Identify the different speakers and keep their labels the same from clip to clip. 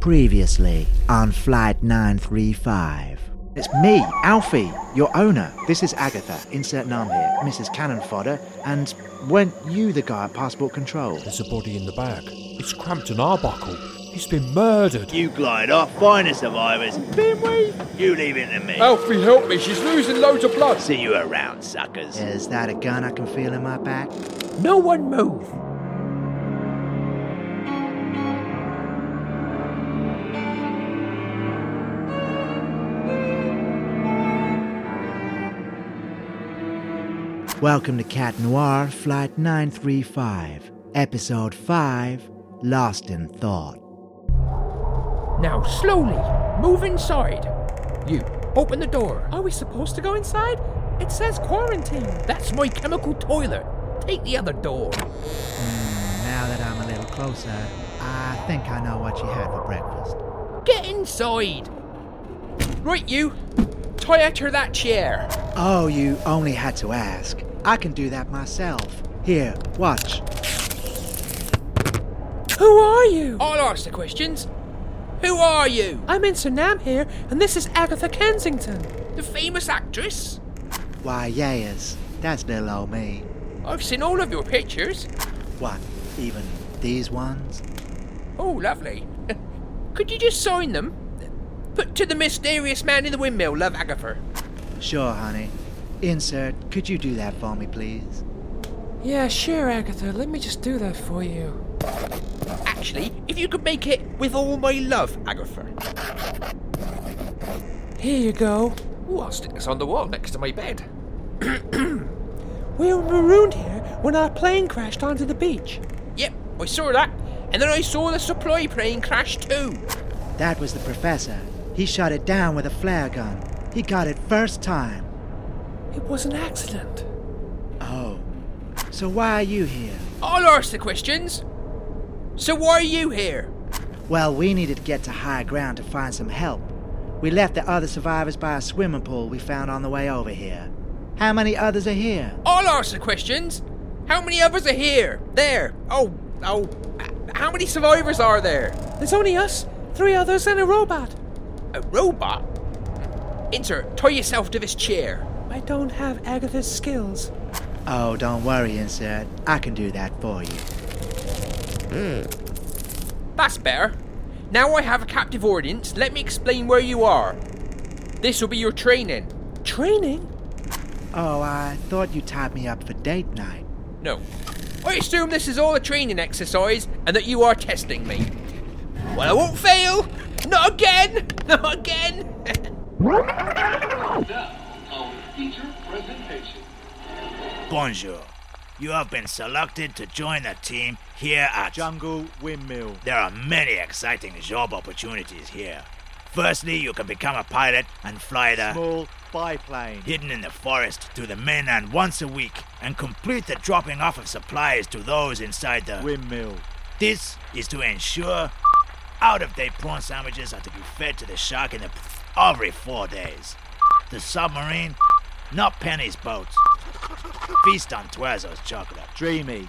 Speaker 1: Previously on Flight 935. It's me, Alfie, your owner. This is Agatha, insert name here, Mrs. Cannon Fodder, and weren't you the guy at Passport Control?
Speaker 2: There's a body in the bag. It's Crampton Arbuckle. He's been murdered.
Speaker 3: You glide off, find the survivors. Been we? You leave it to me.
Speaker 4: Alfie, help me. She's losing loads of blood.
Speaker 3: See you around, suckers.
Speaker 1: Is that a gun I can feel in my back?
Speaker 2: No one move.
Speaker 1: Welcome to Cat Noir, Flight 935, Episode 5 Lost in Thought.
Speaker 5: Now, slowly, move inside. You, open the door. Are we supposed to go inside? It says quarantine. That's my chemical toilet. Take the other door.
Speaker 1: Now that I'm a little closer, I think I know what you had for breakfast.
Speaker 5: Get inside. Right, you. Tie out her that chair.
Speaker 1: Oh, you only had to ask. I can do that myself. Here, watch.
Speaker 5: Who are you? I'll ask the questions. Who are you? I'm in Nam here, and this is Agatha Kensington. The famous actress?
Speaker 1: Why, yes, that's little old me.
Speaker 5: I've seen all of your pictures.
Speaker 1: What, even these ones?
Speaker 5: Oh, lovely. Could you just sign them? Put to the mysterious man in the windmill, love Agatha.
Speaker 1: Sure, honey. Insert, could you do that for me, please?
Speaker 5: Yeah, sure, Agatha. Let me just do that for you. Actually, if you could make it with all my love, Agatha. Here you go. Ooh, I'll stick this on the wall next to my bed. we were marooned here when our plane crashed onto the beach. Yep, I saw that. And then I saw the supply plane crash too.
Speaker 1: That was the professor. He shot it down with a flare gun. He got it first time.
Speaker 5: It was an accident.
Speaker 1: Oh. So why are you here?
Speaker 5: I'll ask the questions. So why are you here?
Speaker 1: Well, we needed to get to high ground to find some help. We left the other survivors by a swimming pool we found on the way over here. How many others are here?
Speaker 5: I'll ask the questions. How many others are here? There. Oh, oh. h- How many survivors are there? There's only us, three others, and a robot. A robot? Insert, tie yourself to this chair. I don't have Agatha's skills.
Speaker 1: Oh, don't worry, Insert. I can do that for you.
Speaker 5: That's better. Now I have a captive audience, let me explain where you are. This will be your training. Training?
Speaker 1: Oh, I thought you tied me up for date night.
Speaker 5: No. I assume this is all a training exercise and that you are testing me. Well, I won't fail! Not again! Not again!
Speaker 3: Bonjour. You have been selected to join the team here at
Speaker 6: Jungle Windmill.
Speaker 3: There are many exciting job opportunities here. Firstly, you can become a pilot and fly the
Speaker 6: Small biplane.
Speaker 3: hidden in the forest to the mainland once a week and complete the dropping off of supplies to those inside the
Speaker 6: Windmill.
Speaker 3: This is to ensure out of date prawn sandwiches are to be fed to the shark in the every four days. The submarine, not Penny's boat. Feast on Twezzer's chocolate.
Speaker 6: Dreamy,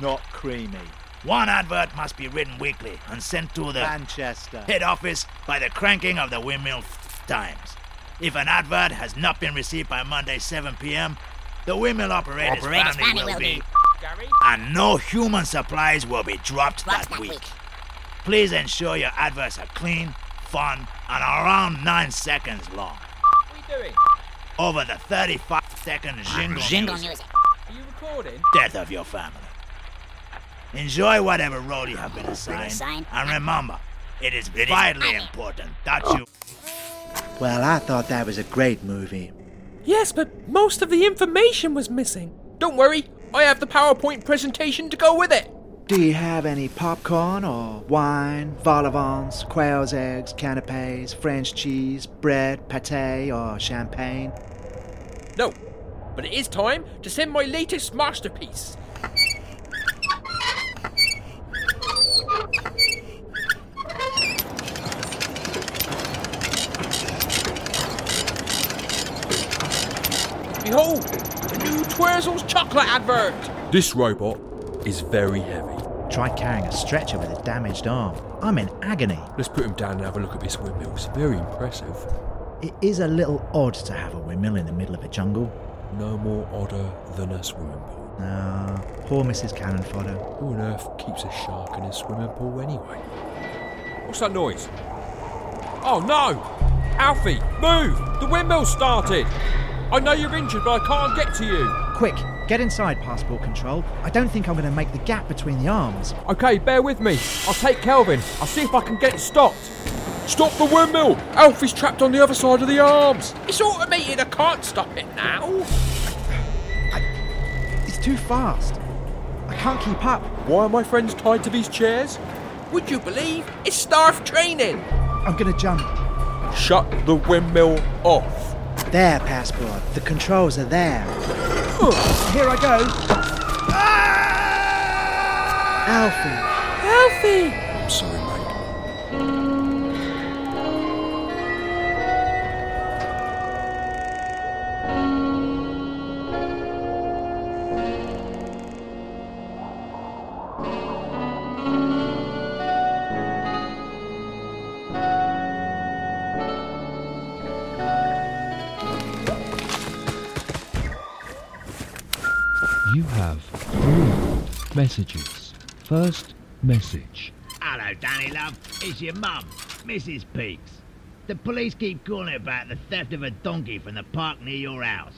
Speaker 6: not creamy.
Speaker 3: One advert must be written weekly and uh, sent to the
Speaker 6: Manchester.
Speaker 3: head office by the cranking of the windmill times. If an advert has not been received by Monday 7 p.m., the windmill operator's,
Speaker 7: Operator's
Speaker 3: family
Speaker 7: family
Speaker 3: will
Speaker 7: will
Speaker 3: be
Speaker 5: Gary?
Speaker 3: and no human supplies will be dropped that, week. Please ensure your adverts are clean, fun, and around 9 seconds long.
Speaker 5: What are you doing?
Speaker 3: Over the 35 second jingle, music,
Speaker 5: Are you recording?
Speaker 3: death of your family. Enjoy whatever role you have been assigned, and remember, it is vitally important Oh. that you.
Speaker 1: Well, I thought that was a great movie.
Speaker 7: Yes, but most of the information was missing.
Speaker 5: Don't worry, I have the PowerPoint presentation to go with it.
Speaker 1: Do you have any popcorn or wine, vol au vents, quail's eggs, canapes, French cheese, bread, pate, or champagne?
Speaker 5: No, but it is time to send my latest masterpiece. Behold, the new Twizzles chocolate advert.
Speaker 2: This robot is very heavy.
Speaker 1: Try carrying a stretcher with a damaged arm. I'm in agony.
Speaker 2: Let's put him down and have a look at this windmill. It's very impressive.
Speaker 1: It is a little odd to have a windmill in the middle of a jungle.
Speaker 2: No more odder than a swimming pool.
Speaker 1: Ah, poor Mrs. Cannon Fodder.
Speaker 2: Who on earth keeps a shark in a swimming pool anyway? What's that noise? Oh no! Alfie, move! The windmill started! I know you're injured, but I can't get to you.
Speaker 1: Quick, get inside, passport control. I don't think I'm going to make the gap between the arms.
Speaker 2: Okay, bear with me. I'll take Kelvin. I'll see if I can get it stopped. Stop the windmill! Alfie's trapped on the other side of the arms.
Speaker 5: It's automated, I can't stop it now.
Speaker 1: It's too fast. I can't keep up.
Speaker 2: Why are my friends tied to these chairs?
Speaker 5: Would you believe? It's staff training.
Speaker 1: I'm going to jump.
Speaker 2: Shut the windmill off.
Speaker 1: There, passport. The controls are there. Here I go. Ah! Alfie,
Speaker 7: Alfie!
Speaker 2: I'm sorry, mate.
Speaker 8: You have three messages. First message.
Speaker 3: Hello, Danny Love. It's your mum, Mrs. Peaks. The police keep calling about the theft of a donkey from the park near your house.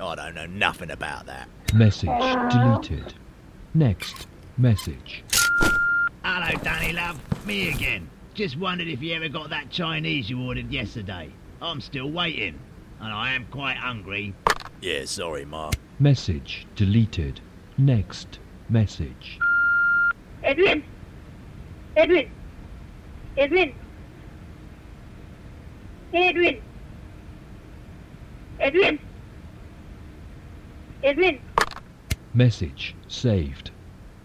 Speaker 3: Oh, I don't know nothing about that.
Speaker 8: Message deleted. Next message.
Speaker 3: Hello, Danny Love. Me again. Just wondered if you ever got that Chinese you ordered yesterday. I'm still waiting, and I am quite hungry. Yeah, sorry, Mark.
Speaker 8: Message deleted. Next message.
Speaker 9: Edwin. Edwin. Edwin. Edwin. Edwin. Edwin.
Speaker 8: Message saved.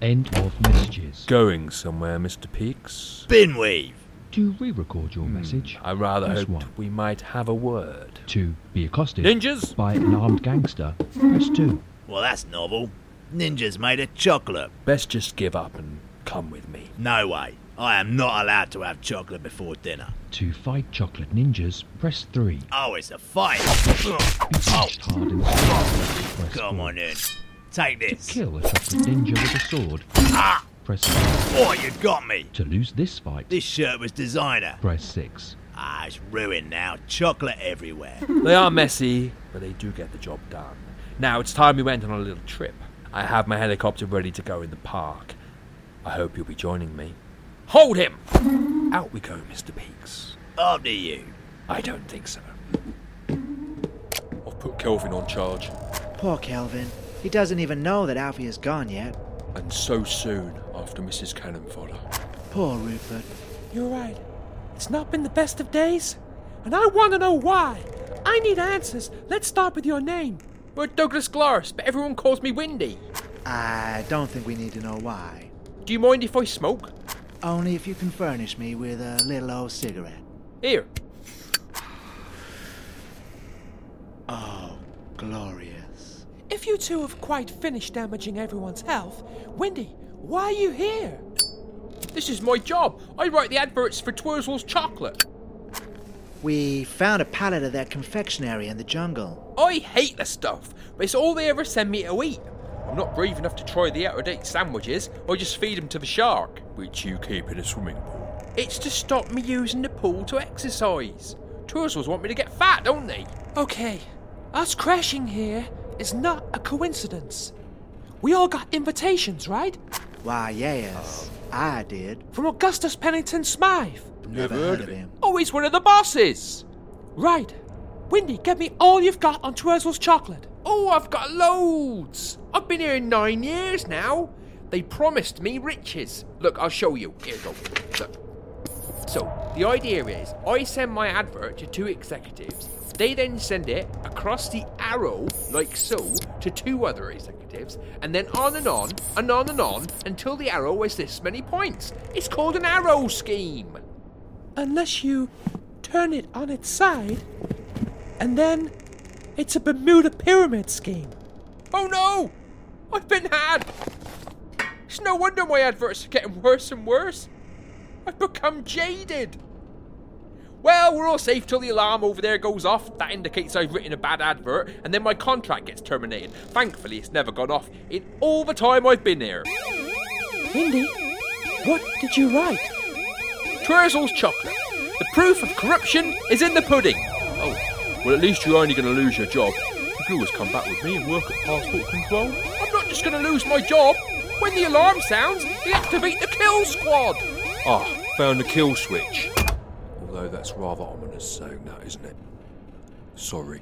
Speaker 8: End of messages.
Speaker 2: Going somewhere, Mr. Peaks? Hmm.
Speaker 3: Spinweave.
Speaker 8: To re-record your message.
Speaker 2: I rather
Speaker 8: press
Speaker 2: hoped
Speaker 8: one.
Speaker 2: we might have a word.
Speaker 8: To be accosted
Speaker 2: Ninjas?
Speaker 8: by an armed gangster. Press two.
Speaker 3: Well, that's novel. Ninjas made of chocolate.
Speaker 2: Best just give up and come with me.
Speaker 3: No way. I am not allowed to have chocolate before dinner.
Speaker 8: To fight chocolate ninjas. Press three.
Speaker 3: Oh, it's a fight.
Speaker 8: Be
Speaker 3: Oh,
Speaker 8: punched hard in the face. Press
Speaker 3: come
Speaker 8: four.
Speaker 3: on in. Take this.
Speaker 8: Kill a chocolate ninja with a sword.
Speaker 3: Ah!
Speaker 8: Press five.
Speaker 3: Oh, you got me.
Speaker 8: To lose this fight.
Speaker 3: This shirt was designer.
Speaker 8: Press six.
Speaker 3: Ah, it's ruined now. Chocolate everywhere.
Speaker 2: They are messy, but they do get the job done. Now it's time we went on a little trip. I have my helicopter ready to go in the park. I hope you'll be joining me. Hold him! Out we go, Mr. Peaks.
Speaker 3: After you.
Speaker 2: I don't think so. I've put Kelvin on charge,
Speaker 1: poor Kelvin. He doesn't even know that Alfie is gone yet.
Speaker 2: and so soon after Mrs. Cannon fodder.
Speaker 1: Poor Rupert.
Speaker 7: You're right. It's not been the best of days, and I want to know why. I need answers. Let's start with your name.
Speaker 5: We're Douglas Glass, but everyone calls me Windy.
Speaker 1: I don't think we need to know why.
Speaker 5: Do you mind if I smoke?
Speaker 1: Only if you can furnish me with a little old cigarette.
Speaker 5: Here,
Speaker 1: Oh, glorious.
Speaker 7: If you two have quite finished damaging everyone's health, Wendy, why are you here?
Speaker 5: this is my job. I write the adverts for Twizzles chocolate.
Speaker 1: We found a pallet of their confectionery in the jungle.
Speaker 5: I hate the stuff, but it's all they ever send me to eat.
Speaker 2: I'm not brave enough to try the out of date sandwiches or just feed them to the shark, which you keep in a swimming pool. It's to stop me using the pool to exercise. Tourists want me to get fat, don't they?
Speaker 7: Okay, us crashing here is not a coincidence. We all got invitations, right?
Speaker 1: Why, yes, I did.
Speaker 7: From Augustus Pennington Smythe.
Speaker 1: Never heard of him.
Speaker 2: Oh, he's one of the bosses!
Speaker 7: Right. Windy, get me all you've got on Twizzle's chocolate.
Speaker 5: Oh, I've got loads. I've been here nine years now. They promised me riches. Look, I'll show you. Here you go. Look. So, the idea is I send my advert to two executives. They then send it across the arrow, like so, to two other executives, and then on and on, and on and on, until the arrow is this many points. It's called an arrow scheme.
Speaker 7: Unless you turn it on its side, and then it's a Bermuda pyramid scheme.
Speaker 5: Oh no! I've been had! It's no wonder my adverts are getting worse and worse. I've become jaded. Well, we're all safe till the alarm over there goes off. That indicates I've written a bad advert, and then my contract gets terminated. Thankfully, it's never gone off in all the time I've been here.
Speaker 7: Windy, what did you write?
Speaker 2: Twizzle's chocolate. The proof of corruption is in the pudding. Oh, well, at least you're only going to lose your job. You could always come back with me and work at passport control.
Speaker 5: I'm not just going to lose my job. When the alarm sounds, they activate the kill squad.
Speaker 2: Ah, found the kill switch. Although that's rather ominous saying that, isn't it? Sorry.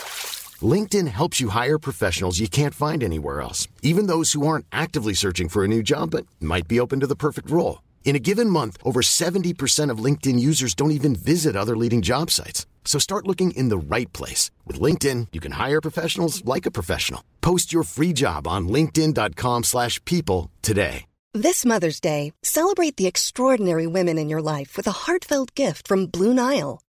Speaker 10: LinkedIn helps you hire professionals you can't find anywhere else, even those who aren't actively searching for a new job but might be open to the perfect role. In a given month, over 70% of LinkedIn users don't even visit other leading job sites. So start looking in the right place. With LinkedIn, you can hire professionals like a professional. Post your free job on linkedin.com/people slash people today.
Speaker 11: This Mother's Day, celebrate the extraordinary women in your life with a heartfelt gift from Blue Nile.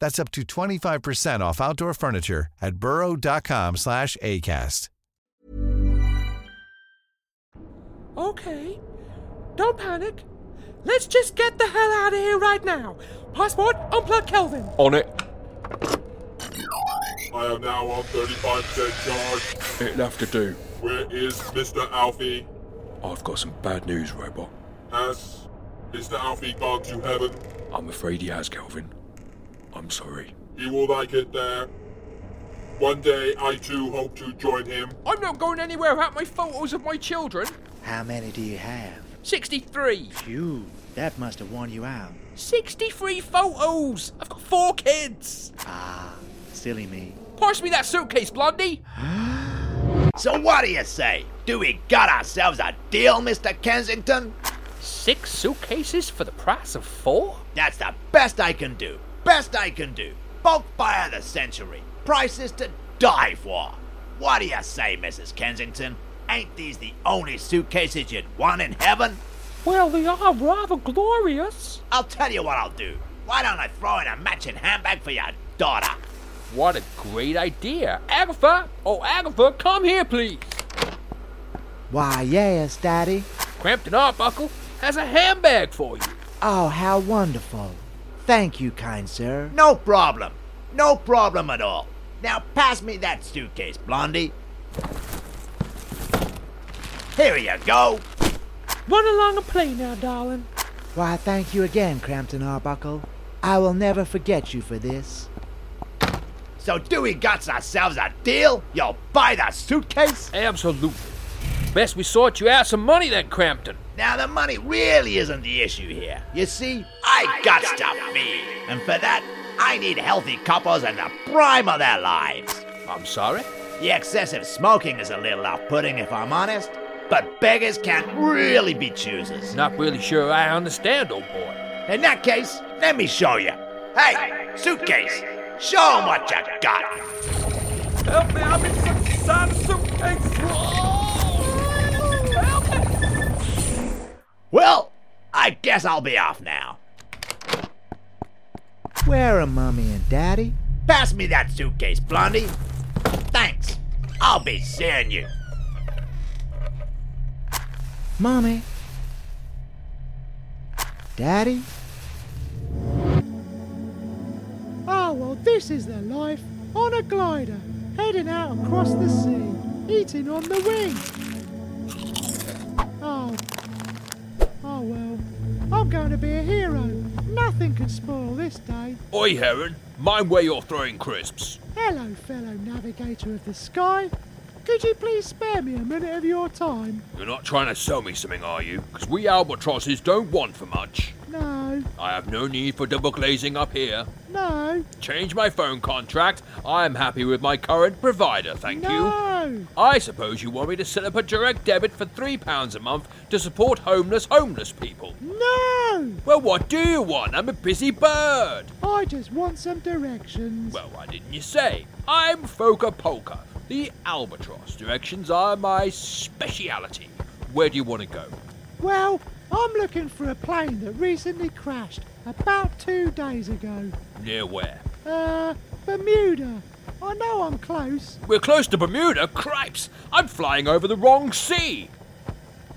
Speaker 12: That's up to 25% off outdoor furniture at burrow.com/acast.
Speaker 7: Okay, don't panic. Let's just get the hell out of here right now. Passport, unplug Kelvin.
Speaker 2: On it.
Speaker 13: I am now on 35 cent charge.
Speaker 2: It'll have to do.
Speaker 13: Where is Mr. Alfie?
Speaker 2: I've got some bad news, Robot.
Speaker 13: Has Mr. Alfie gone to heaven?
Speaker 2: I'm afraid he has, Kelvin. I'm sorry.
Speaker 13: He will like it there. One day I too hope to join him.
Speaker 5: I'm not going anywhere without my photos of my children.
Speaker 1: How many do you have?
Speaker 5: 63.
Speaker 1: Phew, that must have worn you out.
Speaker 5: 63 photos! I've got four kids!
Speaker 1: Ah, silly me.
Speaker 5: Pass me that suitcase, Blondie!
Speaker 3: So what do you say? Do we got ourselves a deal, Mr. Kensington?
Speaker 5: Six suitcases for the price of four?
Speaker 3: That's the best I can do. Best I can do. Bulk buy of the century. Prices to die for. What do you say, Mrs. Kensington? Ain't these the only suitcases you'd want in heaven?
Speaker 7: Well, they are rather glorious.
Speaker 3: I'll tell you what I'll do. Why don't I throw in a matching handbag for your daughter?
Speaker 2: What a great idea. Agatha! Oh, Agatha, come here, please.
Speaker 1: Why, yes, Daddy.
Speaker 2: Crampton Arbuckle has a handbag for you.
Speaker 1: Oh, how wonderful. Thank you, kind sir.
Speaker 3: No problem. No problem at all. Now pass me that suitcase, Blondie. Here you go.
Speaker 7: Run along and play now, darling.
Speaker 1: Why, thank you again, Crampton Arbuckle. I will never forget you for this.
Speaker 3: So do we got ourselves a deal? You'll buy the suitcase?
Speaker 2: Absolutely. Best we sort you out some money then, Crampton.
Speaker 3: Now the money really isn't the issue here. You see, I, got, to feed, and for that, I need healthy couples in the prime of their lives.
Speaker 2: I'm sorry?
Speaker 3: The excessive smoking is a little off-putting, if I'm honest. But beggars can't really be choosers.
Speaker 2: Not really sure I understand, old boy.
Speaker 3: In that case, let me show you. Hey, hey suitcase, suitcase. show 'em what you got.
Speaker 7: Help me, I'm inside the suitcase. Whoa! Help
Speaker 3: me. Well, I guess I'll be off now.
Speaker 1: Where are Mommy and Daddy?
Speaker 3: Pass me that suitcase, Blondie. Thanks. I'll be seeing you.
Speaker 1: Mommy. Daddy.
Speaker 7: Oh, well, this is the life on a glider, heading out across the sea, eating on the wing. Oh. Oh, well. I'm going to be a hero. Nothing can spoil this day.
Speaker 2: Oi, Heron. Mind where you're throwing crisps.
Speaker 7: Hello, fellow navigator of the sky. Could you please spare me a minute of your time?
Speaker 2: You're not trying to sell me something, are you? Because we albatrosses don't want for much.
Speaker 7: No.
Speaker 2: I have no need for double glazing up here.
Speaker 7: No.
Speaker 2: Change my phone contract. I'm happy with my current provider, thank
Speaker 7: no.
Speaker 2: you.
Speaker 7: No.
Speaker 2: I suppose you want me to set up a direct debit for £3 a month to support homeless homeless people.
Speaker 7: No.
Speaker 2: Well, what do you want? I'm a busy bird.
Speaker 7: I just want some directions.
Speaker 2: Well, why didn't you say? I'm Foka Polka the albatross. Directions are my speciality. Where do you want to go?
Speaker 7: Well, I'm looking for a plane that recently crashed about two days ago.
Speaker 2: Near where?
Speaker 7: Uh, Bermuda. I know I'm close.
Speaker 2: We're close to Bermuda? Cripes! I'm flying over the wrong sea!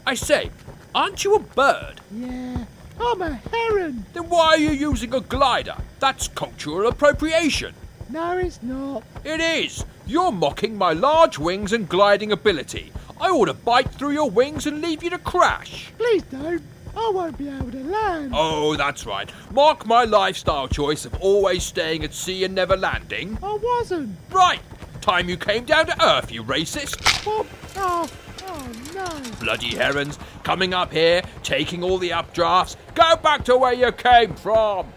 Speaker 2: I say, aren't you a bird?
Speaker 7: Yeah, I'm a heron.
Speaker 2: Then why are you using a glider? That's cultural appropriation.
Speaker 7: No, it's not.
Speaker 2: It is! You're mocking my large wings and gliding ability. I ought to bite through your wings and leave you to crash.
Speaker 7: Please don't. I won't be able to land.
Speaker 2: Oh, that's right. Mark my lifestyle choice of always staying at sea and never landing.
Speaker 7: I wasn't.
Speaker 2: Right. Time you came down to Earth, you racist.
Speaker 7: Oh, oh, oh no.
Speaker 2: Bloody herons, coming up here, taking all the updrafts. Go back to where you came from.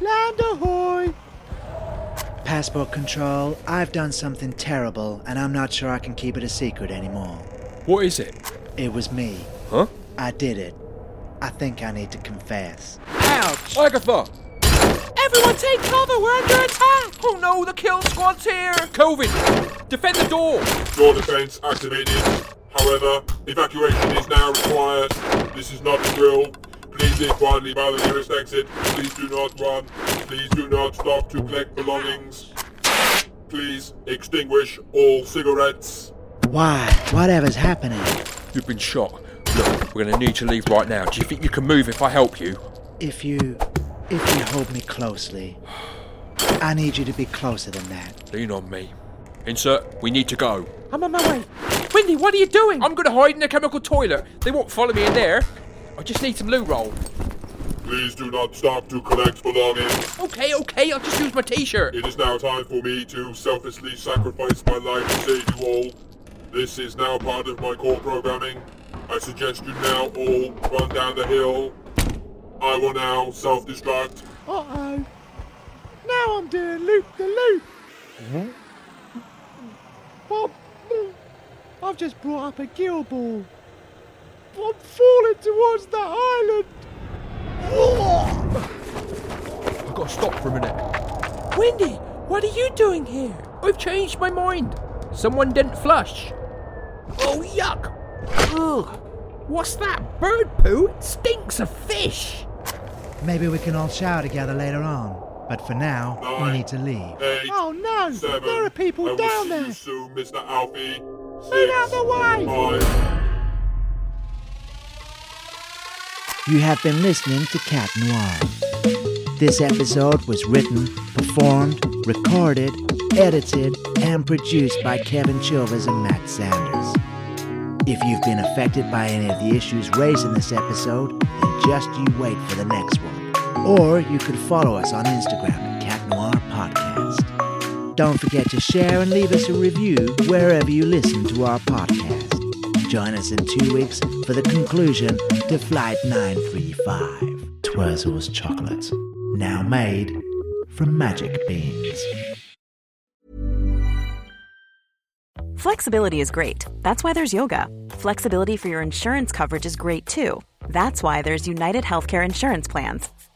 Speaker 7: Land ahoy.
Speaker 1: Passport control, I've done something terrible, and I'm not sure I can keep it a secret anymore.
Speaker 2: What is it?
Speaker 1: It was me.
Speaker 2: Huh?
Speaker 1: I did it. I think I need to confess.
Speaker 2: Ouch! Agatha!
Speaker 7: Everyone take cover! We're under attack!
Speaker 2: Oh no, the kill squad's here! COVID! Defend the door!
Speaker 13: Door defense activated. However, evacuation is now required. This is not a drill. Please leave quietly by the nearest exit. Please do not run. Please do not stop to collect belongings. Please extinguish all cigarettes.
Speaker 1: Why? Whatever's happening?
Speaker 2: You've been shot. Look, we're gonna need to leave right now. Do you think you can move if I help you?
Speaker 1: If you. if you hold me closely. I need you to be closer than that.
Speaker 2: Lean on me. Insert, we need to go.
Speaker 7: I'm on my way. Windy, what are you doing?
Speaker 2: I'm gonna hide in the chemical toilet. They won't follow me in there. I just need some loo roll.
Speaker 13: Please do not stop to collect belongings.
Speaker 2: Okay, okay, I'll just use my t-shirt.
Speaker 13: It is now time for me to selflessly sacrifice my life to save you all. This is now part of my core programming. I suggest you now all run down the hill. I will now self-destruct.
Speaker 7: Uh-oh. Now I'm doing loop the loop.
Speaker 1: Hmm?
Speaker 7: Bob, I've just brought up a gill ball. I'm falling towards the island.
Speaker 2: I've got to stop for a minute.
Speaker 7: Wendy, what are you doing here?
Speaker 2: I've changed my mind. Someone didn't flush.
Speaker 5: Oh, yuck! Ugh! What's that? Bird poo? It stinks of fish!
Speaker 1: Maybe we can all shower together later on. But for now, Nine, we need to leave.
Speaker 13: Eight,
Speaker 7: oh no!
Speaker 13: Seven,
Speaker 7: there are people
Speaker 13: I
Speaker 7: down
Speaker 13: will
Speaker 7: there!
Speaker 13: See you soon, Mr. Alfie.
Speaker 7: Move out the way!
Speaker 13: Five,
Speaker 1: You have been listening to Cat Noir. This episode was written, performed, recorded, edited, and produced by Kevin Chilvers and Matt Sanders. If you've been affected by any of the issues raised in this episode, then just you wait for the next one. Or you could follow us on Instagram at Cat Noir Podcast. Don't forget to share and leave us a review wherever you listen to our podcast. Join us in two weeks for the conclusion to Flight 935 Twizzle's Chocolate, now made from magic beans.
Speaker 14: Flexibility is great. That's why there's yoga. Flexibility for your insurance coverage is great too. That's why there's United Healthcare Insurance Plans.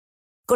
Speaker 15: Go